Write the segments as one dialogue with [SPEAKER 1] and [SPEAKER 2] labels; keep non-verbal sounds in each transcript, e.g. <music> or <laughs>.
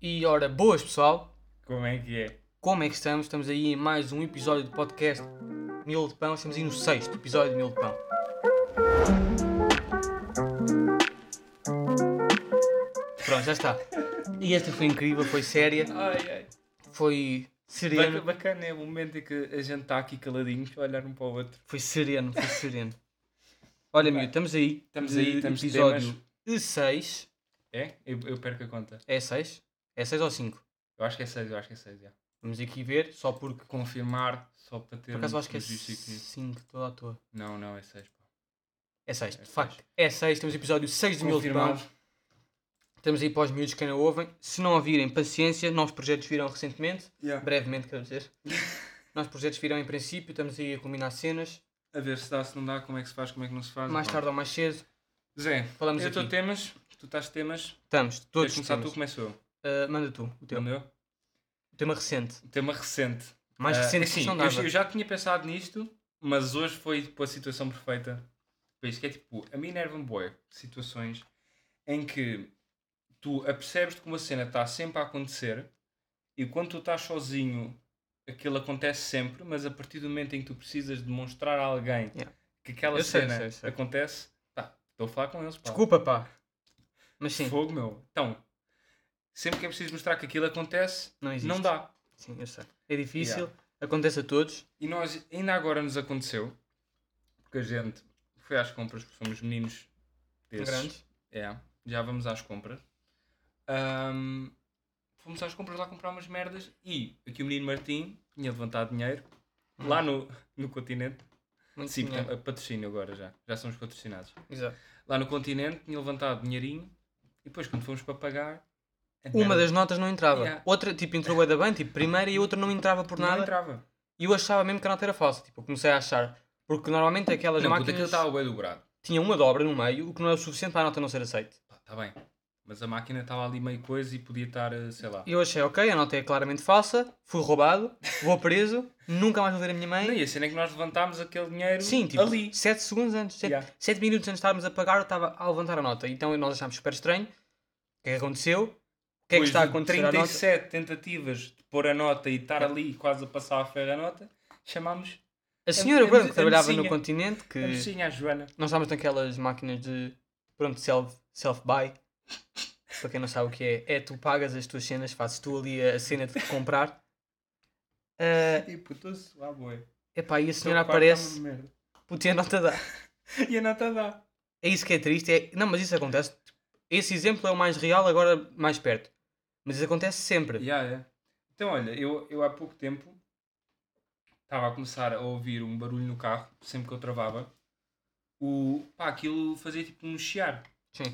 [SPEAKER 1] E ora, boas pessoal,
[SPEAKER 2] Como é que é?
[SPEAKER 1] como é que estamos? Estamos aí em mais um episódio do podcast Miolo de Pão, estamos aí no sexto episódio de Miolo de Pão. Pronto, já está. E esta foi incrível, foi séria,
[SPEAKER 2] Ai, ai.
[SPEAKER 1] foi
[SPEAKER 2] Baca-
[SPEAKER 1] sereno,
[SPEAKER 2] Bacana é o momento em que a gente está aqui caladinhos a olhar um para o outro.
[SPEAKER 1] foi sereno, foi sereno. Olha, miúdo, estamos aí.
[SPEAKER 2] Estamos aí,
[SPEAKER 1] de
[SPEAKER 2] estamos de
[SPEAKER 1] Episódio 6.
[SPEAKER 2] É? Eu, eu perco a conta.
[SPEAKER 1] É 6? É 6 ou 5?
[SPEAKER 2] Eu acho que é 6, eu acho que é 6, já.
[SPEAKER 1] Vamos aqui ver, só porque.
[SPEAKER 2] Confirmar, só para ter
[SPEAKER 1] Por acaso
[SPEAKER 2] um
[SPEAKER 1] acho que é
[SPEAKER 2] registro aqui.
[SPEAKER 1] 5, toda à toa.
[SPEAKER 2] Não, não, é 6.
[SPEAKER 1] É 6,
[SPEAKER 2] É
[SPEAKER 1] de
[SPEAKER 2] seis.
[SPEAKER 1] facto. É 6, temos episódio 6 de Mil de
[SPEAKER 2] Confirmar.
[SPEAKER 1] Pão. Estamos aí para os miúdos que ainda ouvem. Se não ouvirem, paciência, novos projetos virão recentemente.
[SPEAKER 2] Yeah.
[SPEAKER 1] Brevemente, quero
[SPEAKER 2] <laughs>
[SPEAKER 1] dizer. novos projetos virão em princípio, estamos aí a combinar cenas.
[SPEAKER 2] A ver se dá, se não dá, como é que se faz, como é que não se faz.
[SPEAKER 1] Mais
[SPEAKER 2] Bom.
[SPEAKER 1] tarde ou mais cedo,
[SPEAKER 2] Zé,
[SPEAKER 1] falamos
[SPEAKER 2] eu
[SPEAKER 1] aqui.
[SPEAKER 2] estou temas, tu estás temas.
[SPEAKER 1] Estamos,
[SPEAKER 2] Queres
[SPEAKER 1] todos
[SPEAKER 2] começar
[SPEAKER 1] temas.
[SPEAKER 2] tu, começo eu.
[SPEAKER 1] Ah, manda tu, o teu.
[SPEAKER 2] Entendeu?
[SPEAKER 1] O tema recente.
[SPEAKER 2] Tema recente.
[SPEAKER 1] Mais
[SPEAKER 2] Ah,
[SPEAKER 1] recente
[SPEAKER 2] assim,
[SPEAKER 1] que não
[SPEAKER 2] eu,
[SPEAKER 1] dava.
[SPEAKER 2] eu já tinha pensado nisto, mas hoje foi tipo, a situação perfeita para isto, que é tipo, a mim nerva-me bué situações em que tu apercebes-te que uma cena está sempre a acontecer e quando tu estás sozinho aquilo acontece sempre, mas a partir do momento em que tu precisas demonstrar a alguém
[SPEAKER 1] Yeah.
[SPEAKER 2] que aquela
[SPEAKER 1] Eu sei,
[SPEAKER 2] cena
[SPEAKER 1] sei, sei.
[SPEAKER 2] acontece, tá, estou a falar com eles, pá.
[SPEAKER 1] Desculpa, pá. Mas sim,
[SPEAKER 2] Fogo, meu. Então, sempre que é preciso mostrar que aquilo acontece,
[SPEAKER 1] não existe.
[SPEAKER 2] não dá.
[SPEAKER 1] Sim, eu sei. É difícil, acontece a todos.
[SPEAKER 2] E nós, ainda agora nos aconteceu, porque a gente foi às compras, porque somos meninos desses.
[SPEAKER 1] Grandes.
[SPEAKER 2] É, já vamos às compras. Ahm, fomos às compras lá comprar umas merdas e aqui o menino Martim tinha levantado dinheiro lá no, no continente.
[SPEAKER 1] Muito
[SPEAKER 2] Sim,
[SPEAKER 1] dinheiro.
[SPEAKER 2] porque é patrocínio agora já, já somos patrocinados.
[SPEAKER 1] Exato.
[SPEAKER 2] Lá no continente tinha levantado dinheirinho e depois quando fomos para pagar. a
[SPEAKER 1] Uma
[SPEAKER 2] merda
[SPEAKER 1] das notas não entrava.
[SPEAKER 2] Yeah.
[SPEAKER 1] Outra, tipo, entrou bué da bem, tipo, primeira e outra não entrava por
[SPEAKER 2] não
[SPEAKER 1] nada.
[SPEAKER 2] entrava.
[SPEAKER 1] E eu achava mesmo que a nota era falsa. Tipo, eu comecei a achar. Porque normalmente aquelas
[SPEAKER 2] Não, puta,
[SPEAKER 1] máquinas
[SPEAKER 2] aquilo estava bem dobrado.
[SPEAKER 1] tinham uma dobra no meio, o que não é o suficiente para a nota não ser aceita.
[SPEAKER 2] Está tá bem. Mas a máquina estava ali meio coisa e podia estar, eh, sei lá.
[SPEAKER 1] E eu achei, ok, a nota é claramente falsa, fui roubado, vou preso, <laughs> nunca mais vou ver a minha
[SPEAKER 2] Não,
[SPEAKER 1] mãe.
[SPEAKER 2] e a cena é que nós levantámos aquele dinheiro
[SPEAKER 1] Sim, tipo,
[SPEAKER 2] ali.
[SPEAKER 1] 7 segundos antes, 7,
[SPEAKER 2] Yeah.
[SPEAKER 1] minutos antes de estarmos a pagar, eu estava a levantar a nota. Então nós achámos super estranho. O que é que aconteceu? O que é que
[SPEAKER 2] Depois
[SPEAKER 1] está a
[SPEAKER 2] de
[SPEAKER 1] acontecer à nota? É.
[SPEAKER 2] 37 tentativas de pôr a nota e estar ali quase a passar a ferro a nota, chamámos
[SPEAKER 1] A senhora
[SPEAKER 2] a- a-
[SPEAKER 1] branca que
[SPEAKER 2] a
[SPEAKER 1] trabalhava no
[SPEAKER 2] mocinha.
[SPEAKER 1] continente, que
[SPEAKER 2] a mocinha,
[SPEAKER 1] <laughs>
[SPEAKER 2] a Joana.
[SPEAKER 1] nós estávamos naquelas máquinas de, pronto, self- self-buy. para quem não sabe o que é, é tu pagas as tuas cenas, fazes tu ali a cena de comprar. Ah,
[SPEAKER 2] E putou-se lá, boi.
[SPEAKER 1] Epá, e a senhora
[SPEAKER 2] Teu quarto é uma
[SPEAKER 1] aparece,
[SPEAKER 2] merda.
[SPEAKER 1] putinha nota dá.
[SPEAKER 2] E a nota dá.
[SPEAKER 1] É isso que é triste. É... Não, mas isso acontece. Esse exemplo é o mais real, agora mais perto. Mas isso acontece sempre.
[SPEAKER 2] Yeah, yeah. Então, olha, eu, eu há pouco tempo estava a começar a ouvir um barulho no carro, sempre que eu travava. O, pá, aquilo fazia tipo um chiar.
[SPEAKER 1] Sim,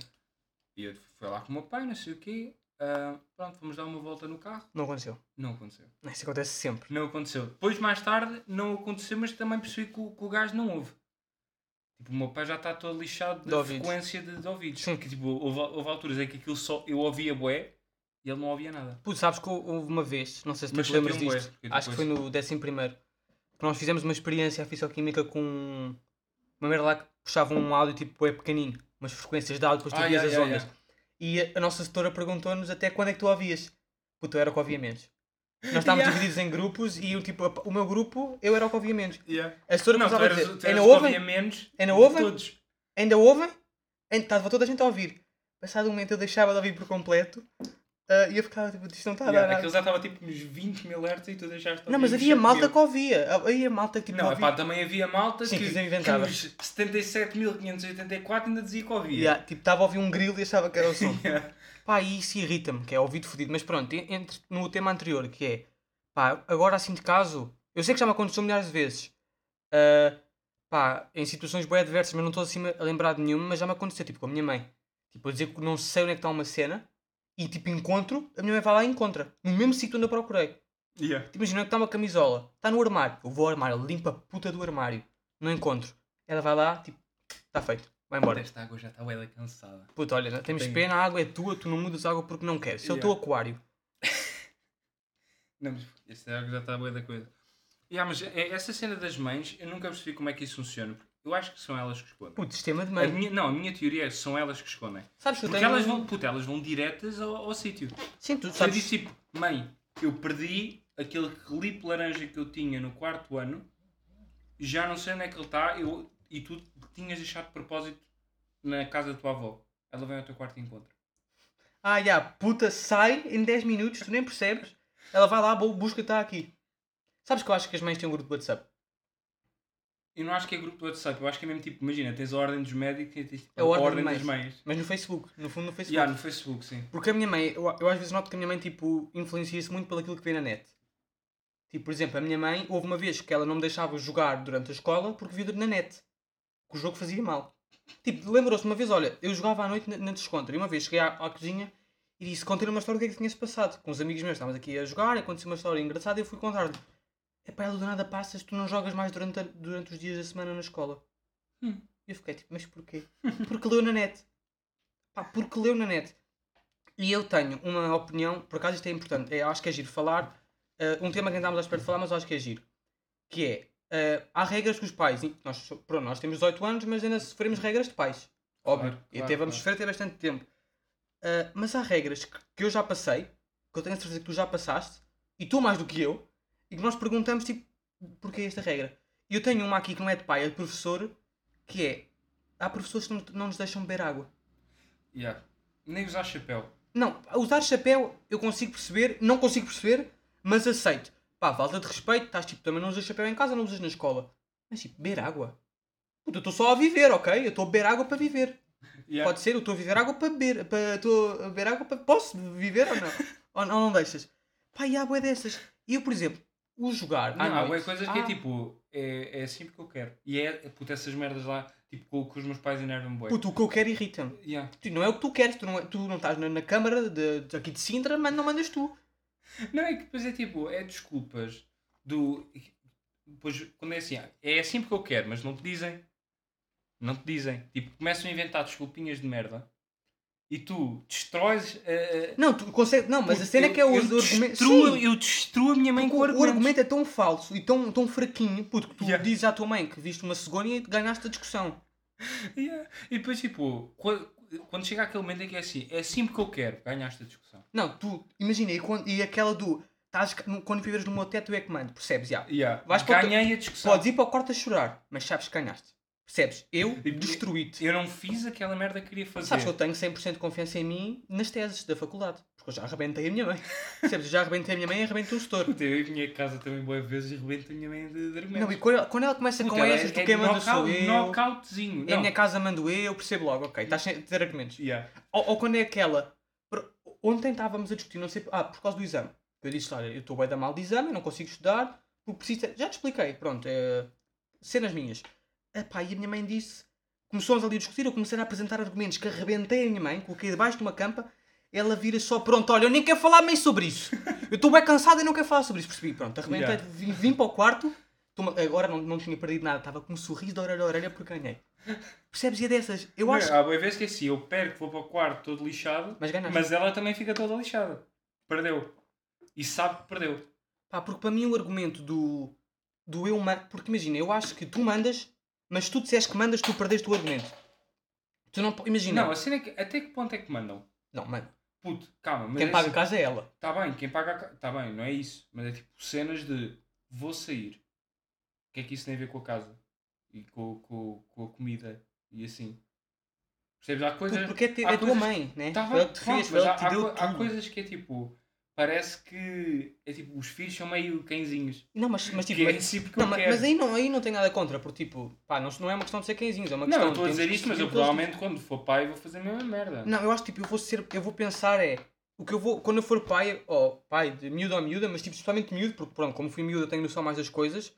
[SPEAKER 2] E eu fui lá com o meu pai, não sei o quê. ah, pronto, fomos dar uma volta no carro.
[SPEAKER 1] não aconteceu.
[SPEAKER 2] Não aconteceu.
[SPEAKER 1] Isso acontece sempre.
[SPEAKER 2] Não aconteceu. Depois, mais tarde, não aconteceu, mas também percebi que o, que o gajo não ouve. Tipo, o meu pai já está todo lixado
[SPEAKER 1] De
[SPEAKER 2] da
[SPEAKER 1] ouvidos.
[SPEAKER 2] frequência de, de ouvidos.
[SPEAKER 1] Sim.
[SPEAKER 2] Que, tipo, houve, houve alturas em que aquilo só eu ouvia bué e ele não ouvia nada.
[SPEAKER 1] Puto, sabes que hou- houve uma vez, não sei se tu
[SPEAKER 2] Mas
[SPEAKER 1] te lembras
[SPEAKER 2] chateou-me
[SPEAKER 1] disto,
[SPEAKER 2] bué, porque
[SPEAKER 1] acho que foi no 11 primeiro, que nós fizemos uma experiência à fisioquímica com uma merda lá que puxava um áudio tipo é pequenino, umas frequências de áudio, depois tu
[SPEAKER 2] Ah,
[SPEAKER 1] ouvias
[SPEAKER 2] yeah,
[SPEAKER 1] as
[SPEAKER 2] yeah,
[SPEAKER 1] ondas. E a, a nossa setora perguntou-nos até quando é que tu ouvias. Puto, eu era o que ouvia menos.
[SPEAKER 2] <laughs>
[SPEAKER 1] Nós estávamos
[SPEAKER 2] Yeah.
[SPEAKER 1] divididos em grupos e eu, tipo, a- o meu grupo, eu era o que ouvia menos.
[SPEAKER 2] Yeah.
[SPEAKER 1] A setora
[SPEAKER 2] Não, tu
[SPEAKER 1] começava a
[SPEAKER 2] eras,
[SPEAKER 1] dizer,
[SPEAKER 2] tu eras
[SPEAKER 1] ainda
[SPEAKER 2] o que
[SPEAKER 1] ouvem?
[SPEAKER 2] ouvia menos
[SPEAKER 1] Ainda
[SPEAKER 2] de
[SPEAKER 1] ouvem?
[SPEAKER 2] todos.
[SPEAKER 1] Ainda ouvem? Ainda Estava toda a gente a ouvir. Passado um momento eu deixava de ouvir por completo ah, e eu ficava tipo, isto não está a dar
[SPEAKER 2] Yeah,
[SPEAKER 1] nada.
[SPEAKER 2] aquilo já estava tipo nos 20 mil hertz e tu deixaste
[SPEAKER 1] Não, mas havia malta que ouvia. Havia malta que tipo,
[SPEAKER 2] Não,
[SPEAKER 1] ouvia.
[SPEAKER 2] epá, também havia malta
[SPEAKER 1] Sim,
[SPEAKER 2] que,
[SPEAKER 1] que
[SPEAKER 2] que
[SPEAKER 1] se inventava.
[SPEAKER 2] os 77.584 ainda dizia que ouvia.
[SPEAKER 1] Yeah, tipo, estava a ouvir um grilo e achava que era o som. <laughs>
[SPEAKER 2] Yeah.
[SPEAKER 1] pá, e isso irrita-me, que é ouvido fodido. Mas pronto, en- entre no tema anterior, que é pá, agora assim de caso, eu sei que já me aconteceu milhares de vezes. ah, pá, em situações bem adversas, mas não estou assim a lembrar de nenhuma, mas já me aconteceu, tipo, com a minha mãe. Tipo, a dizer que não sei onde é que está uma cena e tipo, encontro, a minha mãe vai lá e encontra. No mesmo sítio onde eu procurei.
[SPEAKER 2] <laughs> Yeah.
[SPEAKER 1] Tipo, Imagina que está uma camisola, está no armário. Eu vou ao armário, limpo a puta do armário. Não encontro. Ela vai lá, tipo, está feito, vai embora.
[SPEAKER 2] Esta água já está bué da cansada.
[SPEAKER 1] Puta, olha, temos
[SPEAKER 2] Tenho-
[SPEAKER 1] pena, a água é tua, tu não mudas a água porque não queres. Se eu
[SPEAKER 2] Yeah.
[SPEAKER 1] estou aquário,
[SPEAKER 2] Não, mas esse é algo que já está boa da coisa. Yeah, mas é- essa cena das mães, eu nunca percebi como é que isso funciona. porque Eu acho que são elas que escondem.
[SPEAKER 1] Puto, sistema de
[SPEAKER 2] A
[SPEAKER 1] mano.
[SPEAKER 2] minha, não, a minha teoria é que são elas que escondem.
[SPEAKER 1] Sabes que eu
[SPEAKER 2] Porque
[SPEAKER 1] tenho. um-
[SPEAKER 2] elas vão, puta, elas vão diretas ao, ao sítio.
[SPEAKER 1] Sim, tu
[SPEAKER 2] Se eu
[SPEAKER 1] sabes.
[SPEAKER 2] disse tipo, mãe, eu perdi aquele clipe laranja que eu tinha no quarto ano, já não sei onde é que ele está, eu, e tu tinhas deixado de propósito na casa da tua avó. Ela vem ao teu quarto e encontra.
[SPEAKER 1] Ah, já, puta, sai em 10 minutos, tu nem percebes. Ela vai lá, bu- busca, está aqui. Sabes que eu acho que as mães têm um grupo de WhatsApp?
[SPEAKER 2] Eu não acho que é grupo do WhatsApp, eu acho que é mesmo tipo, imagina, tens a ordem dos médicos e tens tipo,
[SPEAKER 1] É
[SPEAKER 2] a ordem, das mães.
[SPEAKER 1] Mas no Facebook, no fundo no Facebook.
[SPEAKER 2] Yeah, no Facebook, sim.
[SPEAKER 1] Porque a minha mãe, eu, eu às vezes noto que a minha mãe, tipo, influencia-se muito pelo aquilo que vê na net. Tipo, por exemplo, a minha mãe, houve uma vez que ela não me deixava jogar durante a escola porque via na net. Que o jogo fazia mal. Tipo, lembrou-se uma vez, olha, eu jogava à noite na, na descontra e uma vez cheguei à, à cozinha e disse, contei uma história do que é que tinha-se passado. Com os amigos meus, estávamos aqui a jogar, aconteceu uma história engraçada e eu fui contar-lhe. Epá, ela do nada passas, tu não jogas mais durante, a- durante os dias da semana na escola.
[SPEAKER 2] Hum.
[SPEAKER 1] E eu fiquei tipo, mas porquê? Porque leu na net. Pá, porque leu na net. E eu tenho uma opinião, por acaso isto é importante, eu acho que é giro falar, eh, um tema que andámos à espera de falar, mas eu acho que é giro, que é, eh, há regras que os pais, e nós, so- pronto, nós temos 18 anos, mas ainda sofremos regras de pais, óbvio,
[SPEAKER 2] Claro,
[SPEAKER 1] e até
[SPEAKER 2] claro,
[SPEAKER 1] vamos
[SPEAKER 2] claro.
[SPEAKER 1] sofrer até bastante tempo. Eh, mas há regras que, que eu já passei, que eu tenho a certeza que tu já passaste, e tu mais do que eu, e que nós perguntamos, tipo, porquê esta regra? E eu tenho uma aqui que não é de pai, é de professor, que é, há professores que não, não nos deixam beber água.
[SPEAKER 2] Yeah. Nem usar chapéu.
[SPEAKER 1] Não, usar chapéu eu consigo perceber, não consigo perceber, mas aceito. Pá, falta de respeito, estás tipo, também não usas chapéu em casa, não usas na escola. Mas tipo, beber água. Puta, eu estou só a viver, ok? Eu estou a beber água para viver.
[SPEAKER 2] Yeah.
[SPEAKER 1] Pode ser, eu estou a viver água para beber. para- Estou a beber água para. Posso viver
[SPEAKER 2] <laughs>
[SPEAKER 1] ou não? ou não, não deixas? Pá, e há boé dessas. E eu, por exemplo, o jogar. à
[SPEAKER 2] Não, há
[SPEAKER 1] noite-
[SPEAKER 2] bué coisas que é
[SPEAKER 1] Ah,
[SPEAKER 2] tipo, é, é assim porque eu quero. E é, é puto, essas merdas lá, tipo, com, com os meus pais enervam bué.
[SPEAKER 1] Puto, o que eu quero irrita-me.
[SPEAKER 2] Yeah.
[SPEAKER 1] Tu- Não é o que tu queres, tu não, é- tu não estás na, na câmara de, de- aqui de Sintra, mas não mandas tu.
[SPEAKER 2] Não, é que depois é tipo, é desculpas do. Depois, quando é assim, ah, é assim porque eu quero, mas não te dizem. Não te dizem. Tipo, começam a inventar desculpinhas de merda e tu destróis. a- a-
[SPEAKER 1] Não, tu consegue. Não, mas a
[SPEAKER 2] Puto,
[SPEAKER 1] cena
[SPEAKER 2] eu-
[SPEAKER 1] que é o
[SPEAKER 2] eu
[SPEAKER 1] argumento.
[SPEAKER 2] Destruo,
[SPEAKER 1] Sim.
[SPEAKER 2] eu destruo a minha mãe
[SPEAKER 1] Porque
[SPEAKER 2] com
[SPEAKER 1] o, o
[SPEAKER 2] argumentos.
[SPEAKER 1] argumento é tão falso e tão, tão fraquinho, puto, que tu
[SPEAKER 2] Yeah.
[SPEAKER 1] dizes à tua mãe que viste uma cegonha e ganhaste a discussão.
[SPEAKER 2] Yeah. E depois, tipo, quando, quando chega aquele momento em que é assim, é assim porque eu quero, ganhaste a discussão.
[SPEAKER 1] Não, tu, imagina, e, quando- e aquela do. Estás, ca- no- quando viveres no meu teto, eu é que mando, percebes? Yeah.
[SPEAKER 2] Yeah.
[SPEAKER 1] Vais para o teu-
[SPEAKER 2] Ganhei a discussão.
[SPEAKER 1] Podes ir para o quarto a chorar, mas sabes que ganhaste. Percebes? Eu
[SPEAKER 2] E-
[SPEAKER 1] destruí-te.
[SPEAKER 2] Eu não fiz aquela merda que queria fazer.
[SPEAKER 1] Sabes que eu tenho 100% de confiança em mim nas teses da faculdade, porque eu já arrebentei a minha mãe. Percebes? Eu já arrebentei a minha mãe e arrebentei o
[SPEAKER 2] <laughs>
[SPEAKER 1] setor.
[SPEAKER 2] Puta, eu e a minha casa também boas vezes e rebento a minha mãe de dormir.
[SPEAKER 1] Não, e quando ela, quando ela começa com essas,
[SPEAKER 2] é
[SPEAKER 1] tu quem manda sou eu. É
[SPEAKER 2] Knockoutzinho.
[SPEAKER 1] Em
[SPEAKER 2] Não.
[SPEAKER 1] minha casa mando eu, percebo logo, ok, estás sem- a ter argumentos.
[SPEAKER 2] Yeah.
[SPEAKER 1] Ou, ou quando é aquela. por- Ontem estávamos a discutir, não sei. Ah, por causa do exame. Eu disse, olha, eu estou bem da mal de exame, eu não consigo estudar, porque preciso. Já te expliquei, pronto, é, cenas minhas. Epá, e a minha mãe disse. Começamos ali a discutir, eu comecei a apresentar argumentos que arrebentei a minha mãe, coloquei debaixo de uma campa, ela vira só, pronto, olha, eu nem quero falar mais sobre isso. Eu estou bem cansada e não quero falar sobre isso. Percebi, pronto, arrebentei,
[SPEAKER 2] Yeah.
[SPEAKER 1] vim, vim para o quarto, toma- agora não, não tinha perdido nada, estava com um sorriso de orelha a orelha porque ganhei. Percebes? E é dessas. Eu
[SPEAKER 2] Não,
[SPEAKER 1] acho.
[SPEAKER 2] Há boas vezes que é assim, eu perco, vou para o quarto todo lixado,
[SPEAKER 1] Mas é ganhaste.
[SPEAKER 2] mas ela também fica toda lixada. Perdeu. E sabe que perdeu.
[SPEAKER 1] Pá, porque para mim o argumento do, do eu mando. Porque imagina, eu acho que tu mandas, mas se tu disseres que mandas, tu perdeste o argumento. Tu não. po- Imagina.
[SPEAKER 2] Não,
[SPEAKER 1] Não,
[SPEAKER 2] a cena é que até que ponto é que mandam?
[SPEAKER 1] mano.
[SPEAKER 2] Puto, calma, mas
[SPEAKER 1] Quem
[SPEAKER 2] é
[SPEAKER 1] paga a
[SPEAKER 2] assim,
[SPEAKER 1] casa é ela.
[SPEAKER 2] tá bem, quem paga a ca- tá bem, não é isso. Mas é tipo cenas de vou sair. O que é que isso tem a ver com a casa? E com, com, com a comida e assim. Percebes? Há
[SPEAKER 1] Puto,
[SPEAKER 2] coisas.
[SPEAKER 1] porque é, te-
[SPEAKER 2] há
[SPEAKER 1] é tua
[SPEAKER 2] coisas-
[SPEAKER 1] mãe, né?
[SPEAKER 2] Tá
[SPEAKER 1] Foi
[SPEAKER 2] bem,
[SPEAKER 1] ela que te
[SPEAKER 2] pronto,
[SPEAKER 1] fez, foi
[SPEAKER 2] mas
[SPEAKER 1] ela
[SPEAKER 2] há,
[SPEAKER 1] que te deu
[SPEAKER 2] há co- há
[SPEAKER 1] tudo.
[SPEAKER 2] coisas que é tipo. Parece que. É tipo, os filhos são meio cãezinhos.
[SPEAKER 1] Não, mas, mas tipo.
[SPEAKER 2] que é
[SPEAKER 1] mas-
[SPEAKER 2] assim porque
[SPEAKER 1] não,
[SPEAKER 2] eu
[SPEAKER 1] mas,
[SPEAKER 2] quero.
[SPEAKER 1] mas aí não, aí não tem nada contra, porque tipo, pá, não, não é uma questão de ser quenzinhos, é uma
[SPEAKER 2] não,
[SPEAKER 1] questão
[SPEAKER 2] eu estou a
[SPEAKER 1] temos
[SPEAKER 2] dizer
[SPEAKER 1] que
[SPEAKER 2] isto, mas
[SPEAKER 1] perceber
[SPEAKER 2] eu
[SPEAKER 1] o que eles
[SPEAKER 2] provavelmente quando for pai vou fazer a mesma merda.
[SPEAKER 1] Não, eu acho que tipo, eu vou ser, eu vou pensar é, o que eu vou, quando eu for pai, ou pai de miúdo ou miúda, mas tipo, especialmente miúdo, porque pronto, como fui miúdo eu tenho noção mais das coisas,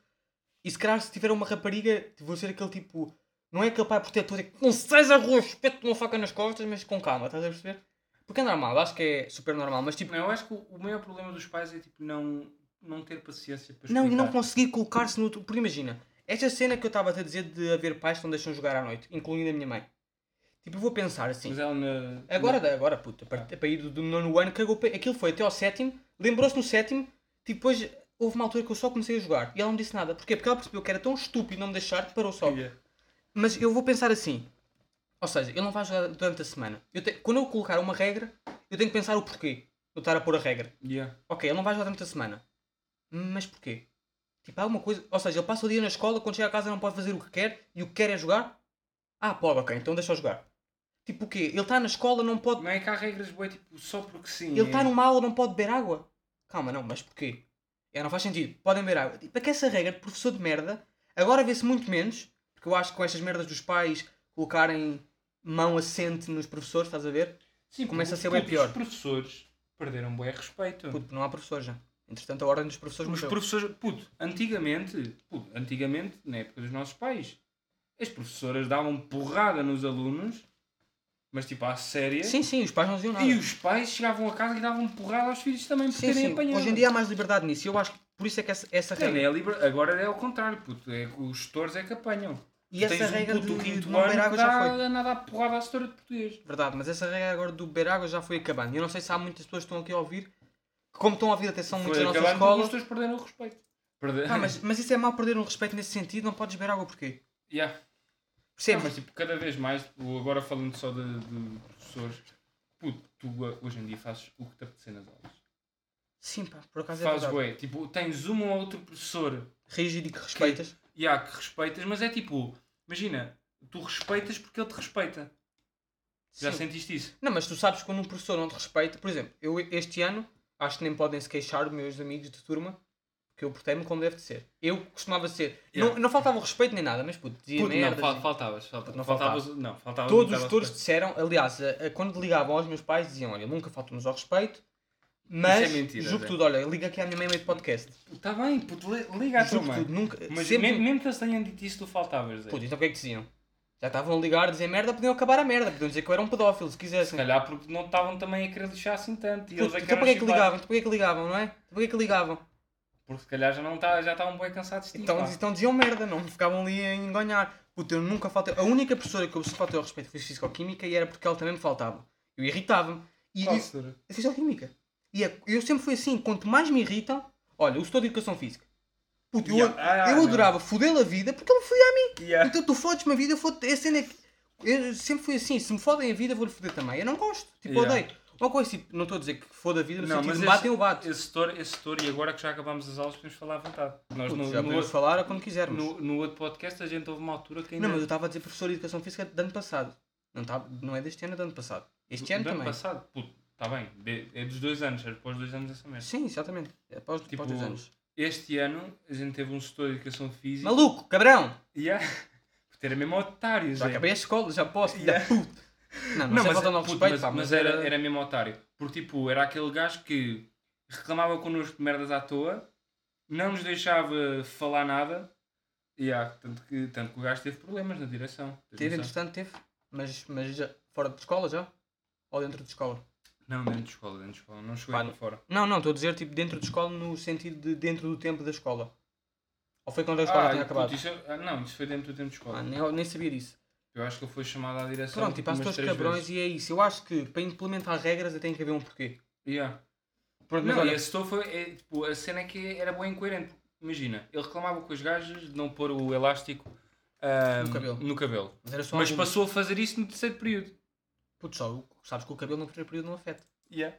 [SPEAKER 1] e se calhar se tiver uma rapariga, vou ser aquele tipo, não é aquele pai protetor, é que não seja roxo, pete uma faca nas costas, mas com calma, estás a perceber? Porque é normal, acho que é super normal, mas tipo,
[SPEAKER 2] Não, eu acho que o, o maior problema dos pais é tipo não, não ter paciência para
[SPEAKER 1] não, e não
[SPEAKER 2] explicar.
[SPEAKER 1] conseguir colocar-se no outro, porque imagina, esta cena que eu estava a dizer de haver pais que não deixam jogar à noite, incluindo a minha mãe, tipo, eu vou pensar assim,
[SPEAKER 2] Mas ela na-
[SPEAKER 1] Agora,
[SPEAKER 2] na-
[SPEAKER 1] dá, agora puta, a partir para ir do, do nono ano, cagou para- aquilo foi até ao sétimo, lembrou-se no sétimo, tipo, depois houve uma altura que eu só comecei a jogar e ela não disse nada. Porquê? Porque ela percebeu que era tão estúpido não me deixar que parou só.
[SPEAKER 2] Yeah.
[SPEAKER 1] Mas eu vou pensar assim. Ou seja, ele não vai jogar durante a semana. Eu te- Quando eu colocar uma regra, eu tenho que pensar o porquê. Eu estar a pôr a regra.
[SPEAKER 2] Yeah.
[SPEAKER 1] Ok, ele não vai jogar durante a semana. Mas porquê? Tipo, há alguma coisa. Ou seja, ele passa o dia na escola, quando chega a casa não pode fazer o que quer e o que quer é jogar? Ah, pode, ok, então deixa eu jogar. Tipo o quê? Ele está na escola, não pode.
[SPEAKER 2] Não é que há regras boas, tipo, só porque sim.
[SPEAKER 1] Ele tá está
[SPEAKER 2] é-
[SPEAKER 1] numa aula, não pode beber água? Calma, não, mas porquê? É, não faz sentido. Podem beber água. Tipo, é que essa regra de professor de merda agora vê-se muito menos, porque eu acho que com estas merdas dos pais colocarem mão assente nos professores, estás a ver?
[SPEAKER 2] Sim,
[SPEAKER 1] começa
[SPEAKER 2] porque
[SPEAKER 1] a ser bem
[SPEAKER 2] os
[SPEAKER 1] pior.
[SPEAKER 2] professores perderam bem respeito.
[SPEAKER 1] Puto, não há professores já. Entretanto, a ordem dos professores
[SPEAKER 2] Os
[SPEAKER 1] morreu.
[SPEAKER 2] professores, puto, antigamente, puto, antigamente, na época dos nossos pais, as professoras davam porrada nos alunos, mas tipo à séria.
[SPEAKER 1] Sim, sim, os pais não diziam nada.
[SPEAKER 2] E os pais chegavam a casa e davam porrada aos filhos também por
[SPEAKER 1] Sim,
[SPEAKER 2] terem
[SPEAKER 1] sim.
[SPEAKER 2] apanhado.
[SPEAKER 1] Hoje em dia há mais liberdade nisso. e Eu acho que por isso é que essa, essa
[SPEAKER 2] Cara,
[SPEAKER 1] regra.
[SPEAKER 2] é liber- Agora é o contrário, puto. É que os tutores é que apanham.
[SPEAKER 1] E essa
[SPEAKER 2] Tens um
[SPEAKER 1] regra
[SPEAKER 2] puto do
[SPEAKER 1] de, de
[SPEAKER 2] quinto
[SPEAKER 1] não beber
[SPEAKER 2] ano
[SPEAKER 1] água
[SPEAKER 2] que
[SPEAKER 1] já foi.
[SPEAKER 2] dá a nada a porrada à setora de português.
[SPEAKER 1] Verdade, mas essa regra agora do beber água já foi acabando. E Eu não sei se há muitas pessoas que estão aqui a ouvir, que como estão a ouvir, até são muitos
[SPEAKER 2] Foi
[SPEAKER 1] da nossa
[SPEAKER 2] acabando porque
[SPEAKER 1] escola.
[SPEAKER 2] os tutores perderam o respeito. Perder...
[SPEAKER 1] Ah,
[SPEAKER 2] <laughs>
[SPEAKER 1] mas, mas isso é mal perder um respeito nesse sentido, não podes beber água porquê?
[SPEAKER 2] Yeah. Ah,
[SPEAKER 1] Percebes?
[SPEAKER 2] mas tipo, cada vez mais, tipo, agora falando só de, de professores, puto, tu uh, hoje em dia fazes o que te apetecer nas aulas.
[SPEAKER 1] Sim, pá, por acaso é
[SPEAKER 2] Fazes
[SPEAKER 1] verdade.
[SPEAKER 2] bué, tipo, tens um ou outro professor
[SPEAKER 1] Rígido e que respeitas.
[SPEAKER 2] e há que respeitas, mas é tipo, imagina, tu respeitas porque ele te respeita. Já
[SPEAKER 1] Sim.
[SPEAKER 2] sentiste isso?
[SPEAKER 1] Não, mas tu sabes quando um professor não te respeita. Por exemplo, eu este ano acho que nem podem se queixar, meus amigos de turma, que eu portei-me como deve de ser. Eu costumava ser.
[SPEAKER 2] Yeah.
[SPEAKER 1] Não, não faltava respeito nem nada, mas puto, dizia
[SPEAKER 2] Puto, não,
[SPEAKER 1] merdas
[SPEAKER 2] fal-
[SPEAKER 1] e-
[SPEAKER 2] faltavas, faltavas.
[SPEAKER 1] Não
[SPEAKER 2] Não,
[SPEAKER 1] faltava.
[SPEAKER 2] faltavas, não, faltavas
[SPEAKER 1] Todos
[SPEAKER 2] não
[SPEAKER 1] os
[SPEAKER 2] estavas
[SPEAKER 1] tutores
[SPEAKER 2] bem.
[SPEAKER 1] disseram, aliás, a- a- quando ligavam aos meus pais, diziam: Olha, nunca faltamos ao respeito, mas
[SPEAKER 2] é mentira,
[SPEAKER 1] juro
[SPEAKER 2] Zé.
[SPEAKER 1] tudo, olha, liga aqui à minha mãe meio de podcast.
[SPEAKER 2] Tá bem, puto, li- liga à tua
[SPEAKER 1] Juro
[SPEAKER 2] mãe.
[SPEAKER 1] tudo, nunca.
[SPEAKER 2] Mas
[SPEAKER 1] sempre.
[SPEAKER 2] mesmo, mesmo que eles tenham dito isso, tu faltavas. Zé.
[SPEAKER 1] Puto, então o que é que diziam? Já estavam a ligar, a dizer merda, podiam acabar a merda, podiam dizer que eu era um pedófilo, se
[SPEAKER 2] Se
[SPEAKER 1] quisessem.
[SPEAKER 2] calhar porque não estavam também a querer lixar assim tanto. E
[SPEAKER 1] Puto,
[SPEAKER 2] eles é que
[SPEAKER 1] então
[SPEAKER 2] eram
[SPEAKER 1] para que é que
[SPEAKER 2] chiblados.
[SPEAKER 1] ligavam? Então para que é que ligavam, não é? Então para que é que ligavam?
[SPEAKER 2] Porque se calhar já não tá, já estavam bem cansados de ti.
[SPEAKER 1] Então,
[SPEAKER 2] pá.
[SPEAKER 1] então diziam merda, não ficavam ali a enganhar. Puto, eu nunca faltei. A única professora que eu faltei ao respeito foi Físico-Química e era porque ela também me faltava. Eu irritava-me. E,
[SPEAKER 2] Qual
[SPEAKER 1] e-
[SPEAKER 2] setora?
[SPEAKER 1] a fisioquímica. E é- eu sempre fui assim, quanto mais me irritam, olha, eu estou de educação física. Puto, eu,
[SPEAKER 2] Yeah, ah,
[SPEAKER 1] eu
[SPEAKER 2] não.
[SPEAKER 1] adorava foder a vida porque ele me fodia a mim.
[SPEAKER 2] Yeah.
[SPEAKER 1] Então tu fodes-me a vida, eu fodo é cena que- Eu sempre fui assim, se me fodem a vida, eu vou-lhe foder também. Eu não gosto, tipo,
[SPEAKER 2] Yeah.
[SPEAKER 1] odeio. Uma coisa tipo, não estou a dizer que foda a vida, no
[SPEAKER 2] Não,
[SPEAKER 1] sentido
[SPEAKER 2] mas
[SPEAKER 1] de me
[SPEAKER 2] esse-
[SPEAKER 1] batem, eu bato.
[SPEAKER 2] Esse setor, esse setor, e agora que já acabámos as aulas, podemos falar à vontade. Nós
[SPEAKER 1] Puto,
[SPEAKER 2] no,
[SPEAKER 1] já
[SPEAKER 2] no
[SPEAKER 1] podemos
[SPEAKER 2] outro,
[SPEAKER 1] falar a quando quisermos.
[SPEAKER 2] no- no outro podcast a gente houve uma altura que ainda.
[SPEAKER 1] Não, mas eu estava a dizer professor de educação física de ano passado. Não, tá, não é deste ano, é do ano passado. Este ano
[SPEAKER 2] do ano
[SPEAKER 1] também.
[SPEAKER 2] passado, puto, está bem. de- é dos dois anos, é depois dos dois anos essa merda.
[SPEAKER 1] Sim, exatamente. É após, após
[SPEAKER 2] Tipo,
[SPEAKER 1] dois anos.
[SPEAKER 2] Este ano a gente teve um setor de educação física.
[SPEAKER 1] Maluco, cabrão!
[SPEAKER 2] Yeah. <laughs> Porque era mesmo otário,
[SPEAKER 1] Já
[SPEAKER 2] Zé.
[SPEAKER 1] acabei a escola, já posso, filha
[SPEAKER 2] Yeah.
[SPEAKER 1] da puta. Não,
[SPEAKER 2] Não,
[SPEAKER 1] mas, é
[SPEAKER 2] mas,
[SPEAKER 1] falta de
[SPEAKER 2] puto,
[SPEAKER 1] respeito,
[SPEAKER 2] mas-
[SPEAKER 1] pá, mas
[SPEAKER 2] mas era, era mesmo otário. Porque, tipo, era aquele gajo que reclamava connosco de merdas à toa, não nos deixava falar nada, e há, tanto, que, tanto que o gajo teve problemas na direção. Tens
[SPEAKER 1] Teve,
[SPEAKER 2] noção?
[SPEAKER 1] entretanto, teve. Mas, mas já, fora de escola já? Ou dentro de escola?
[SPEAKER 2] Não, dentro de escola, dentro de escola. Não chegou
[SPEAKER 1] Pá,
[SPEAKER 2] aí para fora.
[SPEAKER 1] Não, não, estou a dizer tipo dentro de escola no sentido de dentro do tempo da escola. Ou foi quando a escola tinha
[SPEAKER 2] puto,
[SPEAKER 1] acabado?
[SPEAKER 2] isso é- ah, não, isso foi dentro do tempo de escola.
[SPEAKER 1] Ah, nem, nem sabia disso.
[SPEAKER 2] Eu acho que ele foi chamado à direção.
[SPEAKER 1] Pronto, tipo, há
[SPEAKER 2] umas
[SPEAKER 1] todos
[SPEAKER 2] três
[SPEAKER 1] cabrões
[SPEAKER 2] vezes.
[SPEAKER 1] e é isso. Eu acho que para implementar regras tem que haver um porquê.
[SPEAKER 2] Yeah.
[SPEAKER 1] Pronto, mas
[SPEAKER 2] Não, e
[SPEAKER 1] olha,
[SPEAKER 2] esse setor foi. é, tipo, a cena é que era bem incoerente. Imagina, ele reclamava com os gajos de não pôr o elástico ah,
[SPEAKER 1] No cabelo.
[SPEAKER 2] No cabelo.
[SPEAKER 1] mas era só
[SPEAKER 2] Mas
[SPEAKER 1] algumas.
[SPEAKER 2] passou a fazer isso no terceiro período.
[SPEAKER 1] Putz, só, sabes que o cabelo no primeiro período não afeta.
[SPEAKER 2] Yeah.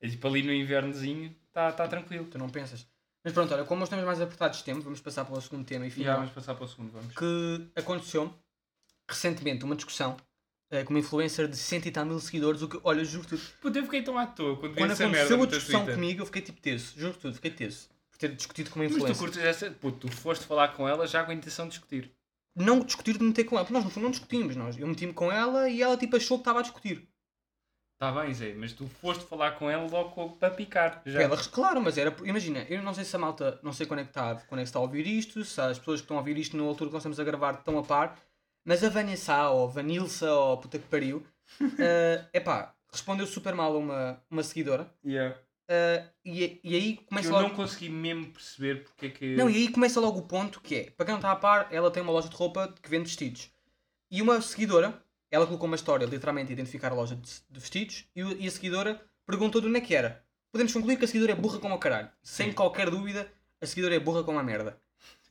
[SPEAKER 2] É tipo ali no invernozinho, está tá tranquilo.
[SPEAKER 1] Tu não pensas. Mas pronto, olha, como nós estamos mais apertados de tempo, vamos passar para o segundo tema e
[SPEAKER 2] E
[SPEAKER 1] final.
[SPEAKER 2] vamos passar para o segundo, vamos.
[SPEAKER 1] que aconteceu recentemente uma discussão eh, com uma influencer de 60 e tal mil seguidores. O que, olha, juro tudo.
[SPEAKER 2] Puta, eu fiquei tão à toa quando vi
[SPEAKER 1] Quando
[SPEAKER 2] essa é merda
[SPEAKER 1] aconteceu a
[SPEAKER 2] no teu
[SPEAKER 1] discussão
[SPEAKER 2] Twitter.
[SPEAKER 1] comigo, eu fiquei tipo tenso. Juro tudo, fiquei tenso. Por ter discutido com uma
[SPEAKER 2] Mas tu
[SPEAKER 1] influencer.
[SPEAKER 2] curtes essa... Puto, tu foste falar com ela já com a intenção de discutir.
[SPEAKER 1] Não discutir de meter com ela, porque nós no fundo não discutimos. Nós. Eu meti-me com ela e ela tipo achou que estava a discutir.
[SPEAKER 2] Está Tá bem, Zé, mas tu foste falar com ela logo com- para picar. Já.
[SPEAKER 1] Ela, claro, mas era. Imagina, eu não sei se a malta, não sei quando é que está, quando é que está a ouvir isto, se as pessoas que estão a ouvir isto na altura que nós estamos a gravar estão a par, mas a Vânia Sá, ou a Vanilsa, ou a puta que
[SPEAKER 2] <laughs>
[SPEAKER 1] pariu, eh, epá, respondeu super mal a uma, uma seguidora.
[SPEAKER 2] Yeah.
[SPEAKER 1] Uh, e, e aí começa
[SPEAKER 2] Eu
[SPEAKER 1] logo.
[SPEAKER 2] não consegui mesmo perceber porque é que...
[SPEAKER 1] Não, e aí começa logo o ponto que é, para quem não está a par, ela tem uma loja de roupa que vende vestidos. E uma seguidora, ela colocou uma história literalmente a identificar a loja de, de vestidos e, o- e a seguidora perguntou de onde é que era. Podemos concluir que a seguidora é burra como o caralho. Sem
[SPEAKER 2] Sim.
[SPEAKER 1] qualquer dúvida, a seguidora é burra como a merda.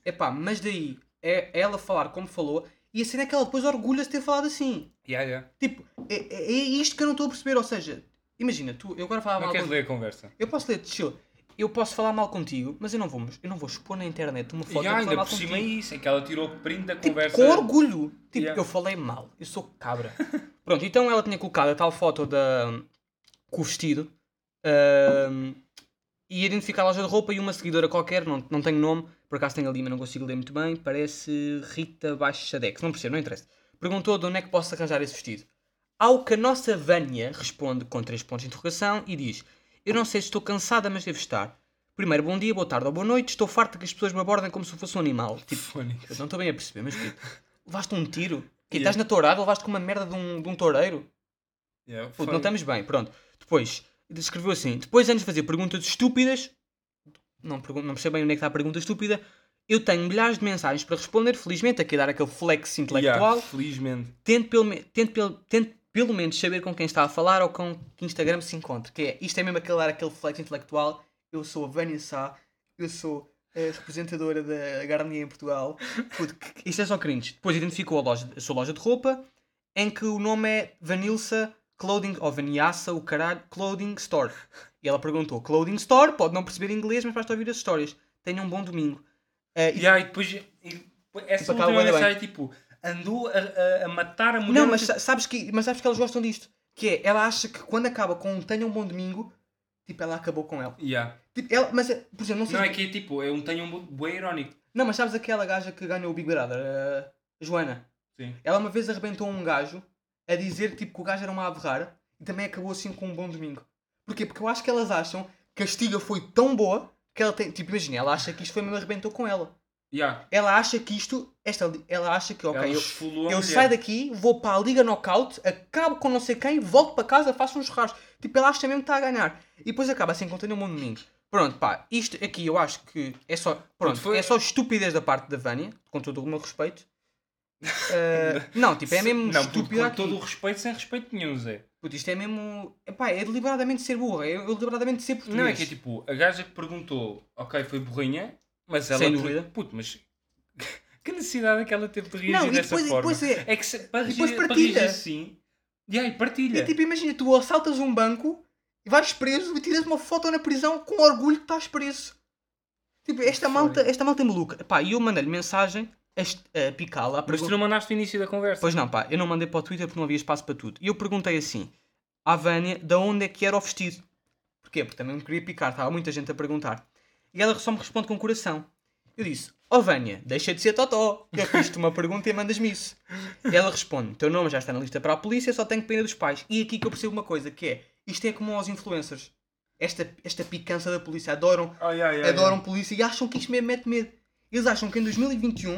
[SPEAKER 1] Epá, mas daí é ela falar como falou E a cena é que ela depois orgulha-se de ter falado assim.
[SPEAKER 2] Yeah, yeah.
[SPEAKER 1] Tipo, é, é- é isto que eu não estou a perceber. Ou seja, imagina, tu, eu agora falava
[SPEAKER 2] Não
[SPEAKER 1] mal
[SPEAKER 2] queres
[SPEAKER 1] contigo.
[SPEAKER 2] ler a conversa?
[SPEAKER 1] Eu posso ler, chill. Eu posso falar mal contigo, mas eu não vou, eu não vou expor na internet uma
[SPEAKER 2] E
[SPEAKER 1] foto
[SPEAKER 2] yeah,
[SPEAKER 1] a falar
[SPEAKER 2] ainda
[SPEAKER 1] mal
[SPEAKER 2] por cima é
[SPEAKER 1] contigo.
[SPEAKER 2] isso, é que ela tirou o print da
[SPEAKER 1] Tipo,
[SPEAKER 2] conversa.
[SPEAKER 1] com
[SPEAKER 2] <laughs>
[SPEAKER 1] orgulho. Tipo,
[SPEAKER 2] Yeah.
[SPEAKER 1] eu falei mal, eu sou cabra. <laughs> Pronto, então ela tinha colocado a tal foto da, com o vestido ahm, e identificar a loja de roupa e uma seguidora qualquer, não, não tenho nome, por acaso tenho ali, mas não consigo ler muito bem, parece Rita Baixadex, não percebo, não interessa. Perguntou de onde é que posso arranjar esse vestido. Ao que a nossa Vânia responde com três pontos de interrogação e diz: Eu não sei se estou cansada, mas devo estar. Primeiro, bom dia, boa tarde ou boa noite. Estou farta que as pessoas me abordem como se eu fosse um animal. Tipo,
[SPEAKER 2] Fónix.
[SPEAKER 1] eu não estou bem a perceber, mas
[SPEAKER 2] <laughs>
[SPEAKER 1] tipo, levaste um tiro? Que
[SPEAKER 2] Yeah.
[SPEAKER 1] estás na tourada, levaste com uma merda de um, de um toureiro?
[SPEAKER 2] Yeah,
[SPEAKER 1] Puto,
[SPEAKER 2] fónix.
[SPEAKER 1] não estamos bem, pronto. Depois, descreveu assim, depois antes de fazer perguntas estúpidas, não, pergun- não percebo bem onde é que está a pergunta estúpida, eu tenho milhares de mensagens para responder, felizmente, aqui a dar aquele flex tá intelectual,
[SPEAKER 2] Yeah, felizmente.
[SPEAKER 1] tente, pelo, me- tente, pelo, tente pelo menos saber com quem está a falar ou com que Instagram se encontra, que é, isto é mesmo aquele dar aquele flex intelectual, eu sou a Vânia Sá, eu sou a representadora da Garnier em Portugal, Puto, que- que- <laughs> isto é só cringe. Depois identificou a, loja, a sua loja de roupa, em que o nome é Vanilsa Clothing, ou Vaniassa, o caralho, Clothing Store. E ela perguntou, Clothing Store, pode não perceber inglês, mas basta ouvir as histórias. Tenha um bom domingo. Eh, e-
[SPEAKER 2] Yeah, e depois, e depois essa
[SPEAKER 1] Tipo, acaba
[SPEAKER 2] última
[SPEAKER 1] bué da bem.
[SPEAKER 2] mensagem, tipo, andou a, a- a matar a mulher.
[SPEAKER 1] Não, mas sa- sabes, que, mas sabes que elas gostam disto. Que é, ela acha que quando acaba com um tenha um bom domingo, tipo, ela acabou com ela.
[SPEAKER 2] Yeah.
[SPEAKER 1] Tipo, ela, mas, eh, por exemplo, não sei...
[SPEAKER 2] Não,
[SPEAKER 1] se-
[SPEAKER 2] é que é tipo, é um tenho um bu- bué irónico.
[SPEAKER 1] não, mas sabes aquela gaja que ganhou o Big Brother? eh, Joana.
[SPEAKER 2] Sim.
[SPEAKER 1] Ela uma vez arrebentou um gajo a dizer tipo, que o gajo era uma ave rara e também acabou assim com um bom domingo. Porquê? Porque eu acho que elas acham que a estiga foi tão boa que ela tem. Tipo, imagina, ela acha que isto foi mesmo arrebentou com ela.
[SPEAKER 2] Yeah.
[SPEAKER 1] Ela acha que isto. Esta, ela acha que, ok,
[SPEAKER 2] Ela
[SPEAKER 1] eu,
[SPEAKER 2] esfolou a
[SPEAKER 1] eu
[SPEAKER 2] mulher.
[SPEAKER 1] saio daqui, vou para a Liga Knockout, acabo com não sei quem, volto para casa, faço uns churrascos. Tipo, ela acha mesmo que está a ganhar. E depois acaba assim, contando um bom domingo. Pronto, pá, isto aqui eu acho que é só. Pronto,
[SPEAKER 2] foi-
[SPEAKER 1] é só estupidez da parte da Vânia, com todo o meu
[SPEAKER 2] <laughs>
[SPEAKER 1] respeito. Ah, não, tipo, é mesmo
[SPEAKER 2] Não, puto,
[SPEAKER 1] estúpido
[SPEAKER 2] com
[SPEAKER 1] aqui.
[SPEAKER 2] todo o respeito, sem respeito nenhum, Zé.
[SPEAKER 1] Puto, isto é mesmo. Epá, é deliberadamente ser burra, é, é deliberadamente ser português.
[SPEAKER 2] Não, é que é tipo, a gaja que perguntou, ok, foi burrinha, mas ela...
[SPEAKER 1] Sem dúvida.
[SPEAKER 2] Puto, mas... <laughs> que necessidade é que ela teve de reagir
[SPEAKER 1] Não, e
[SPEAKER 2] dessa
[SPEAKER 1] depois, e
[SPEAKER 2] forma?
[SPEAKER 1] depois é.
[SPEAKER 2] É que se, para
[SPEAKER 1] depois
[SPEAKER 2] reagir, para
[SPEAKER 1] partilha.
[SPEAKER 2] reagir assim... Yeah, e partilha.
[SPEAKER 1] E tipo, imagina, tu assaltas um banco, vais preso e tiras uma foto na prisão com orgulho que estás preso. Tipo, esta
[SPEAKER 2] Foi.
[SPEAKER 1] malta, esta malta é maluca. Pá, e eu mandei-lhe mensagem a, est- a picá-la. a
[SPEAKER 2] Mas
[SPEAKER 1] pergun-
[SPEAKER 2] tu não mandaste o início da conversa.
[SPEAKER 1] Pois não, pá, eu não mandei para o Twitter porque não havia espaço para tudo. E eu perguntei assim à Vânia de onde é que era o vestido. Porquê? Porque também me queria picar, estava muita gente a perguntar. E ela só me responde com coração. Eu disse, ó Vânia, deixa de ser totó. Eu fiz-te uma pergunta e mandas-me isso. E ela responde, teu nome já está na lista para a polícia, só tenho pena dos pais. E é aqui que eu percebo uma coisa, que é, isto é como aos influencers. Esta, esta picança da polícia, adoram
[SPEAKER 2] Ai, ai, ai,
[SPEAKER 1] adoram polícia e acham que isto mesmo mete medo. Eles acham que em 2021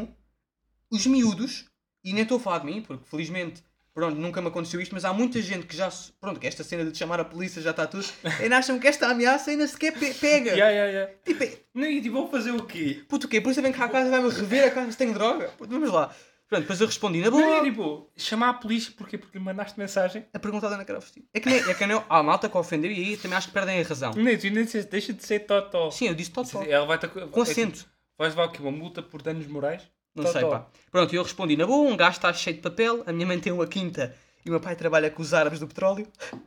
[SPEAKER 1] os miúdos, e nem estou a falar de mim, porque felizmente pronto, nunca me aconteceu isto, mas há muita gente que já. se- Pronto, que esta cena de te chamar a polícia já está
[SPEAKER 2] <laughs>
[SPEAKER 1] tudo. Ainda acham que esta ameaça ainda sequer pe- pega.
[SPEAKER 2] ai. Yeah, yeah, yeah.
[SPEAKER 1] Tipo, é-
[SPEAKER 2] Não, e tipo, vou fazer o quê?
[SPEAKER 1] puto, o quê? Por isso é vem cá à casa vai-me rever a casa se tenho droga. Puto, vamos lá. Pronto, depois eu respondi na
[SPEAKER 2] Não,
[SPEAKER 1] boa.
[SPEAKER 2] e tipo, chamar a polícia porquê? porque lhe mandaste mensagem.
[SPEAKER 1] A pergunta da Ana Carol Vestido. É que nem. É que nem há malta que ofendeu e aí também acho que perdem a razão.
[SPEAKER 2] Não, tu nem disseste, deixa de ser totó.
[SPEAKER 1] Sim, eu disse total.
[SPEAKER 2] Ela vai-te... ac-
[SPEAKER 1] Com
[SPEAKER 2] é tipo,
[SPEAKER 1] acento.
[SPEAKER 2] Vais levar o quê? Uma multa por danos morais?
[SPEAKER 1] Não
[SPEAKER 2] Tó,
[SPEAKER 1] sei,
[SPEAKER 2] tó.
[SPEAKER 1] pá. Pronto, eu respondi: na boa, um gajo está cheio de papel, a minha mãe tem uma quinta e o meu pai trabalha com os árabes do petróleo. <laughs>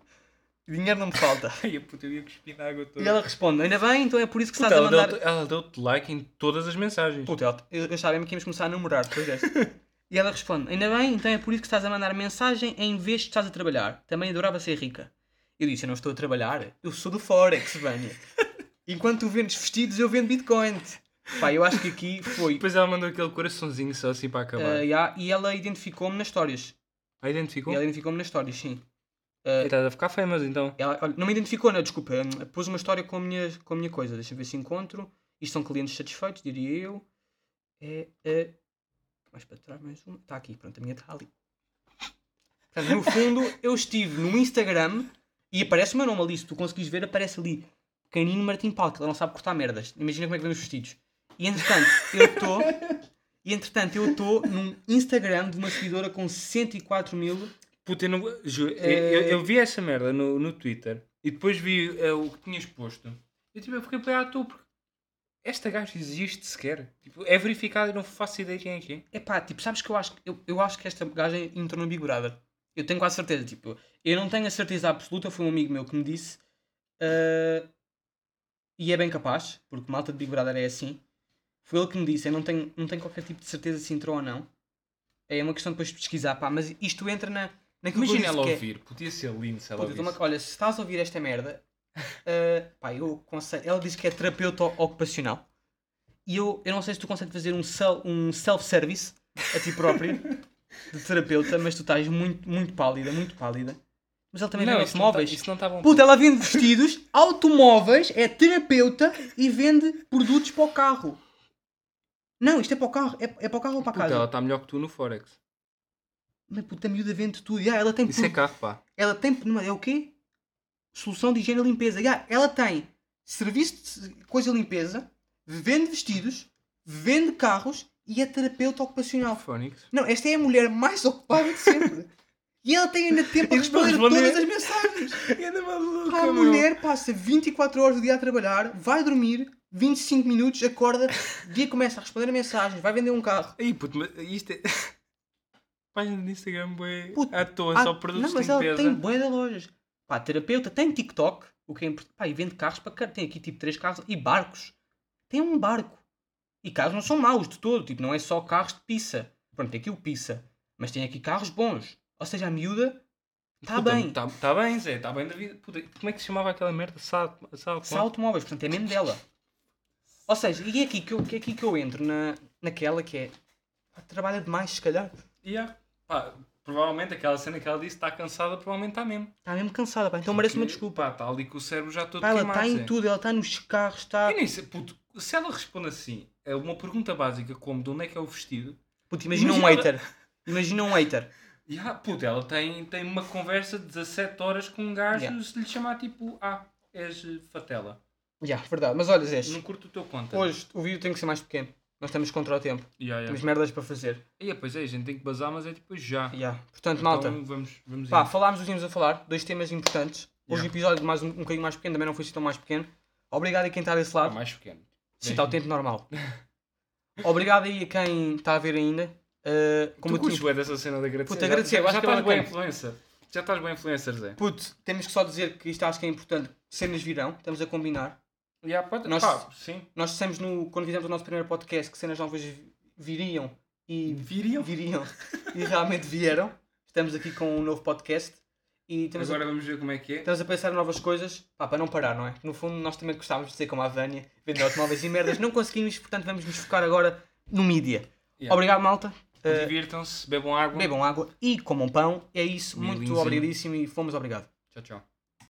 [SPEAKER 1] Dinheiro não me falta.
[SPEAKER 2] <laughs> Ai, a puta, eu ia cuspir na água toda.
[SPEAKER 1] e ela responde: ainda bem, então é por isso que
[SPEAKER 2] Puta,
[SPEAKER 1] estás a
[SPEAKER 2] ela
[SPEAKER 1] mandar.
[SPEAKER 2] deu-te ela deu-te like em todas as mensagens.
[SPEAKER 1] Puta, ela- eu, eu sabia mesmo que íamos começar a namorar depois
[SPEAKER 2] <laughs>
[SPEAKER 1] desta. e ela responde: ainda bem, então é por isso que estás a mandar mensagem em vez de estás a trabalhar. Também adorava ser rica. Eu disse: eu não estou a trabalhar, eu sou do Forex,
[SPEAKER 2] <laughs>
[SPEAKER 1] Vânia. Enquanto tu vendes vestidos, eu vendo Bitcoin. Pá, eu acho que aqui foi.
[SPEAKER 2] Depois ela mandou aquele coraçãozinho só assim para
[SPEAKER 1] Ah,
[SPEAKER 2] acabar.
[SPEAKER 1] já, e ela identificou-me nas histórias.
[SPEAKER 2] Aí identificou?
[SPEAKER 1] E ela identificou-me nas histórias, sim.
[SPEAKER 2] Estás a ficar famous então.
[SPEAKER 1] Ela, olha, não me identificou, não, desculpa. hum, Pôs uma história com a minha, com a minha coisa. Deixa eu ver se encontro. Isto são clientes satisfeitos, diria eu. É a. Mais para trás, mais uma. Está aqui, pronto, a minha está ali. Portanto, no fundo, eu estive no Instagram e aparece o meu nome ali. Se tu conseguis ver, aparece ali. Canino Martim Pau, que ela não sabe cortar merdas. Imagina como é que vem os vestidos. E entretanto, eu estou. E entretanto, eu estou num Instagram de uma seguidora com 104 mil.
[SPEAKER 2] Puta, eu não... Juro, eu,
[SPEAKER 1] Eh,
[SPEAKER 2] eu- eu vi essa merda no, no Twitter e depois vi eh, o que tinhas posto. Eu tipo, eu fiquei para à toa porque esta gaja existe sequer. Tipo, é verificada e não faço ideia quem é que é.
[SPEAKER 1] É pá, tipo, sabes que eu acho, eu, eu acho que esta gaja entrou no Big Brother. Eu tenho quase certeza, tipo, eu não tenho a certeza absoluta, foi um amigo meu que me disse. ah, e é bem capaz, porque malta de Big Brother é assim. Foi ele que me disse, eu não tenho, não tenho qualquer tipo de certeza se entrou ou não. É uma questão depois de pesquisar, pá, mas isto entra na, naquilo
[SPEAKER 2] Imagina
[SPEAKER 1] que eu disse
[SPEAKER 2] ela
[SPEAKER 1] que é-
[SPEAKER 2] ouvir, podia ser lindo se ela
[SPEAKER 1] Puta, eu
[SPEAKER 2] ouvisse.
[SPEAKER 1] tô-me a- Olha, se estás a ouvir esta merda, <laughs> ah, pá, eu aconselho. Ela diz que é terapeuta ocupacional. E eu, eu não sei se tu consegues fazer um, sel- um self-service a ti próprio
[SPEAKER 2] <laughs>
[SPEAKER 1] de terapeuta, mas tu estás muito, muito pálida, muito pálida. Mas ela também
[SPEAKER 2] Não,
[SPEAKER 1] vende
[SPEAKER 2] isso não tá-
[SPEAKER 1] automóveis.
[SPEAKER 2] isso não estava
[SPEAKER 1] Puta, ela vende vestidos, automóveis, é terapeuta e vende produtos para o carro. Não, isto é para o carro, é, é para o carro ou para a casa.
[SPEAKER 2] ela está melhor que tu no Forex.
[SPEAKER 1] Mas puta, a miúda vende tudo. Ah, ela tem
[SPEAKER 2] Isso é
[SPEAKER 1] tudo.
[SPEAKER 2] carro, pá.
[SPEAKER 1] Ela tem. não, É o quê? Solução de higiene e limpeza. Ya, ela tem serviço de coisa limpeza, vende vestidos, vende carros e é terapeuta ocupacional.
[SPEAKER 2] Forex.
[SPEAKER 1] <laughs> Não, esta é a mulher mais ocupada de sempre. e ela tem ainda tempo para
[SPEAKER 2] Eles vão
[SPEAKER 1] responder, a todas
[SPEAKER 2] responder.
[SPEAKER 1] as mensagens.
[SPEAKER 2] <laughs> Anda maluca,
[SPEAKER 1] Pá, a mulher passa 24 horas do dia a trabalhar, vai dormir, 25 minutos, acorda, dia começa a responder a mensagens, vai vender um carro.
[SPEAKER 2] Aí, puto, mas isto é. <laughs> Página do Instagram, bué.
[SPEAKER 1] Puto,
[SPEAKER 2] À toa,
[SPEAKER 1] Ah,
[SPEAKER 2] só produtos
[SPEAKER 1] não, mas
[SPEAKER 2] de
[SPEAKER 1] ela
[SPEAKER 2] limpeza.
[SPEAKER 1] tem bué de lojas. Pá, terapeuta, tem TikTok, o que é importante. Pá, e vende carros para carro. Tem aqui tipo três carros e barcos. Tem um barco. E carros não são maus de todo. Tipo, não é só carros de pizza. Pronto, tem aqui o pizza. Mas tem aqui carros bons. Ou seja, a miúda está
[SPEAKER 2] Puta,
[SPEAKER 1] bem.
[SPEAKER 2] Tá, tá bem, Zé, tá bem da vida. Puta, como é que se chamava aquela merda? Sal, sal,
[SPEAKER 1] São automóveis, portanto é mesmo dela. Ou seja, e é aqui que eu, que é aqui que eu entro na, naquela que é. pá, trabalha demais, se calhar.
[SPEAKER 2] Yeah. Pá, provavelmente aquela cena que ela disse está cansada, provavelmente está mesmo.
[SPEAKER 1] Está mesmo cansada, pá. Então merece uma desculpa.
[SPEAKER 2] Está ali com o cérebro já todo
[SPEAKER 1] Pá, ela
[SPEAKER 2] queimado.
[SPEAKER 1] está em
[SPEAKER 2] Zé.
[SPEAKER 1] tudo, ela está nos carros, tá está.
[SPEAKER 2] Eu nem sei, puto, se ela responde assim, é uma pergunta básica como de onde é que é o vestido,
[SPEAKER 1] Puta, imagina um
[SPEAKER 2] Imagina-
[SPEAKER 1] hater. Imagina um hater.
[SPEAKER 2] yeah, ah, puto, ela tem, tem uma conversa de 17 horas com um gajo
[SPEAKER 1] Yeah.
[SPEAKER 2] se lhe chamar tipo, ah, és eh, fatela.
[SPEAKER 1] Já, verdade. Mas olha, Zé,
[SPEAKER 2] Não curto o teu conta.
[SPEAKER 1] hoje o vídeo tem que ser mais pequeno. Nós estamos contra o tempo.
[SPEAKER 2] Yeah, yeah.
[SPEAKER 1] Temos merdas para fazer.
[SPEAKER 2] E, é, pois é, a gente tem que bazar, mas é depois já.
[SPEAKER 1] Já. Portanto,
[SPEAKER 2] Então,
[SPEAKER 1] malta,
[SPEAKER 2] vamos, vamos
[SPEAKER 1] pá,
[SPEAKER 2] indo.
[SPEAKER 1] falámos o que tínhamos a falar. Dois temas importantes. Hoje o
[SPEAKER 2] Yeah.
[SPEAKER 1] episódio mais um, um bocadinho mais pequeno, também não foi assim tão mais pequeno. Obrigado a quem está desse
[SPEAKER 2] Ah,
[SPEAKER 1] lado.
[SPEAKER 2] mais pequeno.
[SPEAKER 1] Sim, está o tempo <laughs> normal. Obrigado aí a quem está a ver ainda. Uh, como
[SPEAKER 2] Como
[SPEAKER 1] eu
[SPEAKER 2] tu curtes
[SPEAKER 1] tinha-
[SPEAKER 2] bué dessa cena de agradecer.
[SPEAKER 1] Puta, agradecer, eu
[SPEAKER 2] já,
[SPEAKER 1] acho
[SPEAKER 2] já
[SPEAKER 1] que é
[SPEAKER 2] estás bem
[SPEAKER 1] bacana.
[SPEAKER 2] influencer. Já estás bem influencer, Zé.
[SPEAKER 1] Puto, temos que só dizer que isto acho que é importante. Cenas virão, estamos a combinar.
[SPEAKER 2] Yeah, pode,
[SPEAKER 1] Nós-
[SPEAKER 2] pá, sim.
[SPEAKER 1] Nós dissemos no, quando fizemos o nosso primeiro podcast que cenas novas vi- viriam e
[SPEAKER 2] Viriam.
[SPEAKER 1] viriam e realmente vieram. Estamos aqui com um novo podcast e estamos,
[SPEAKER 2] Agora
[SPEAKER 1] a,
[SPEAKER 2] vamos ver como é que é.
[SPEAKER 1] estamos a pensar em novas coisas pá, para não parar, não é? No fundo, nós também gostávamos de ser como a Vânia, vender automóveis e merdas. Não conseguimos, portanto, vamos nos focar agora no mídia.
[SPEAKER 2] Yeah.
[SPEAKER 1] Obrigado, malta. Eh,
[SPEAKER 2] Divirtam-se, bebam água.
[SPEAKER 1] bebam água e comam pão. É isso. Muito
[SPEAKER 2] Milinzinho.
[SPEAKER 1] obrigadíssimo e fomos obrigado.
[SPEAKER 2] Tchau, tchau.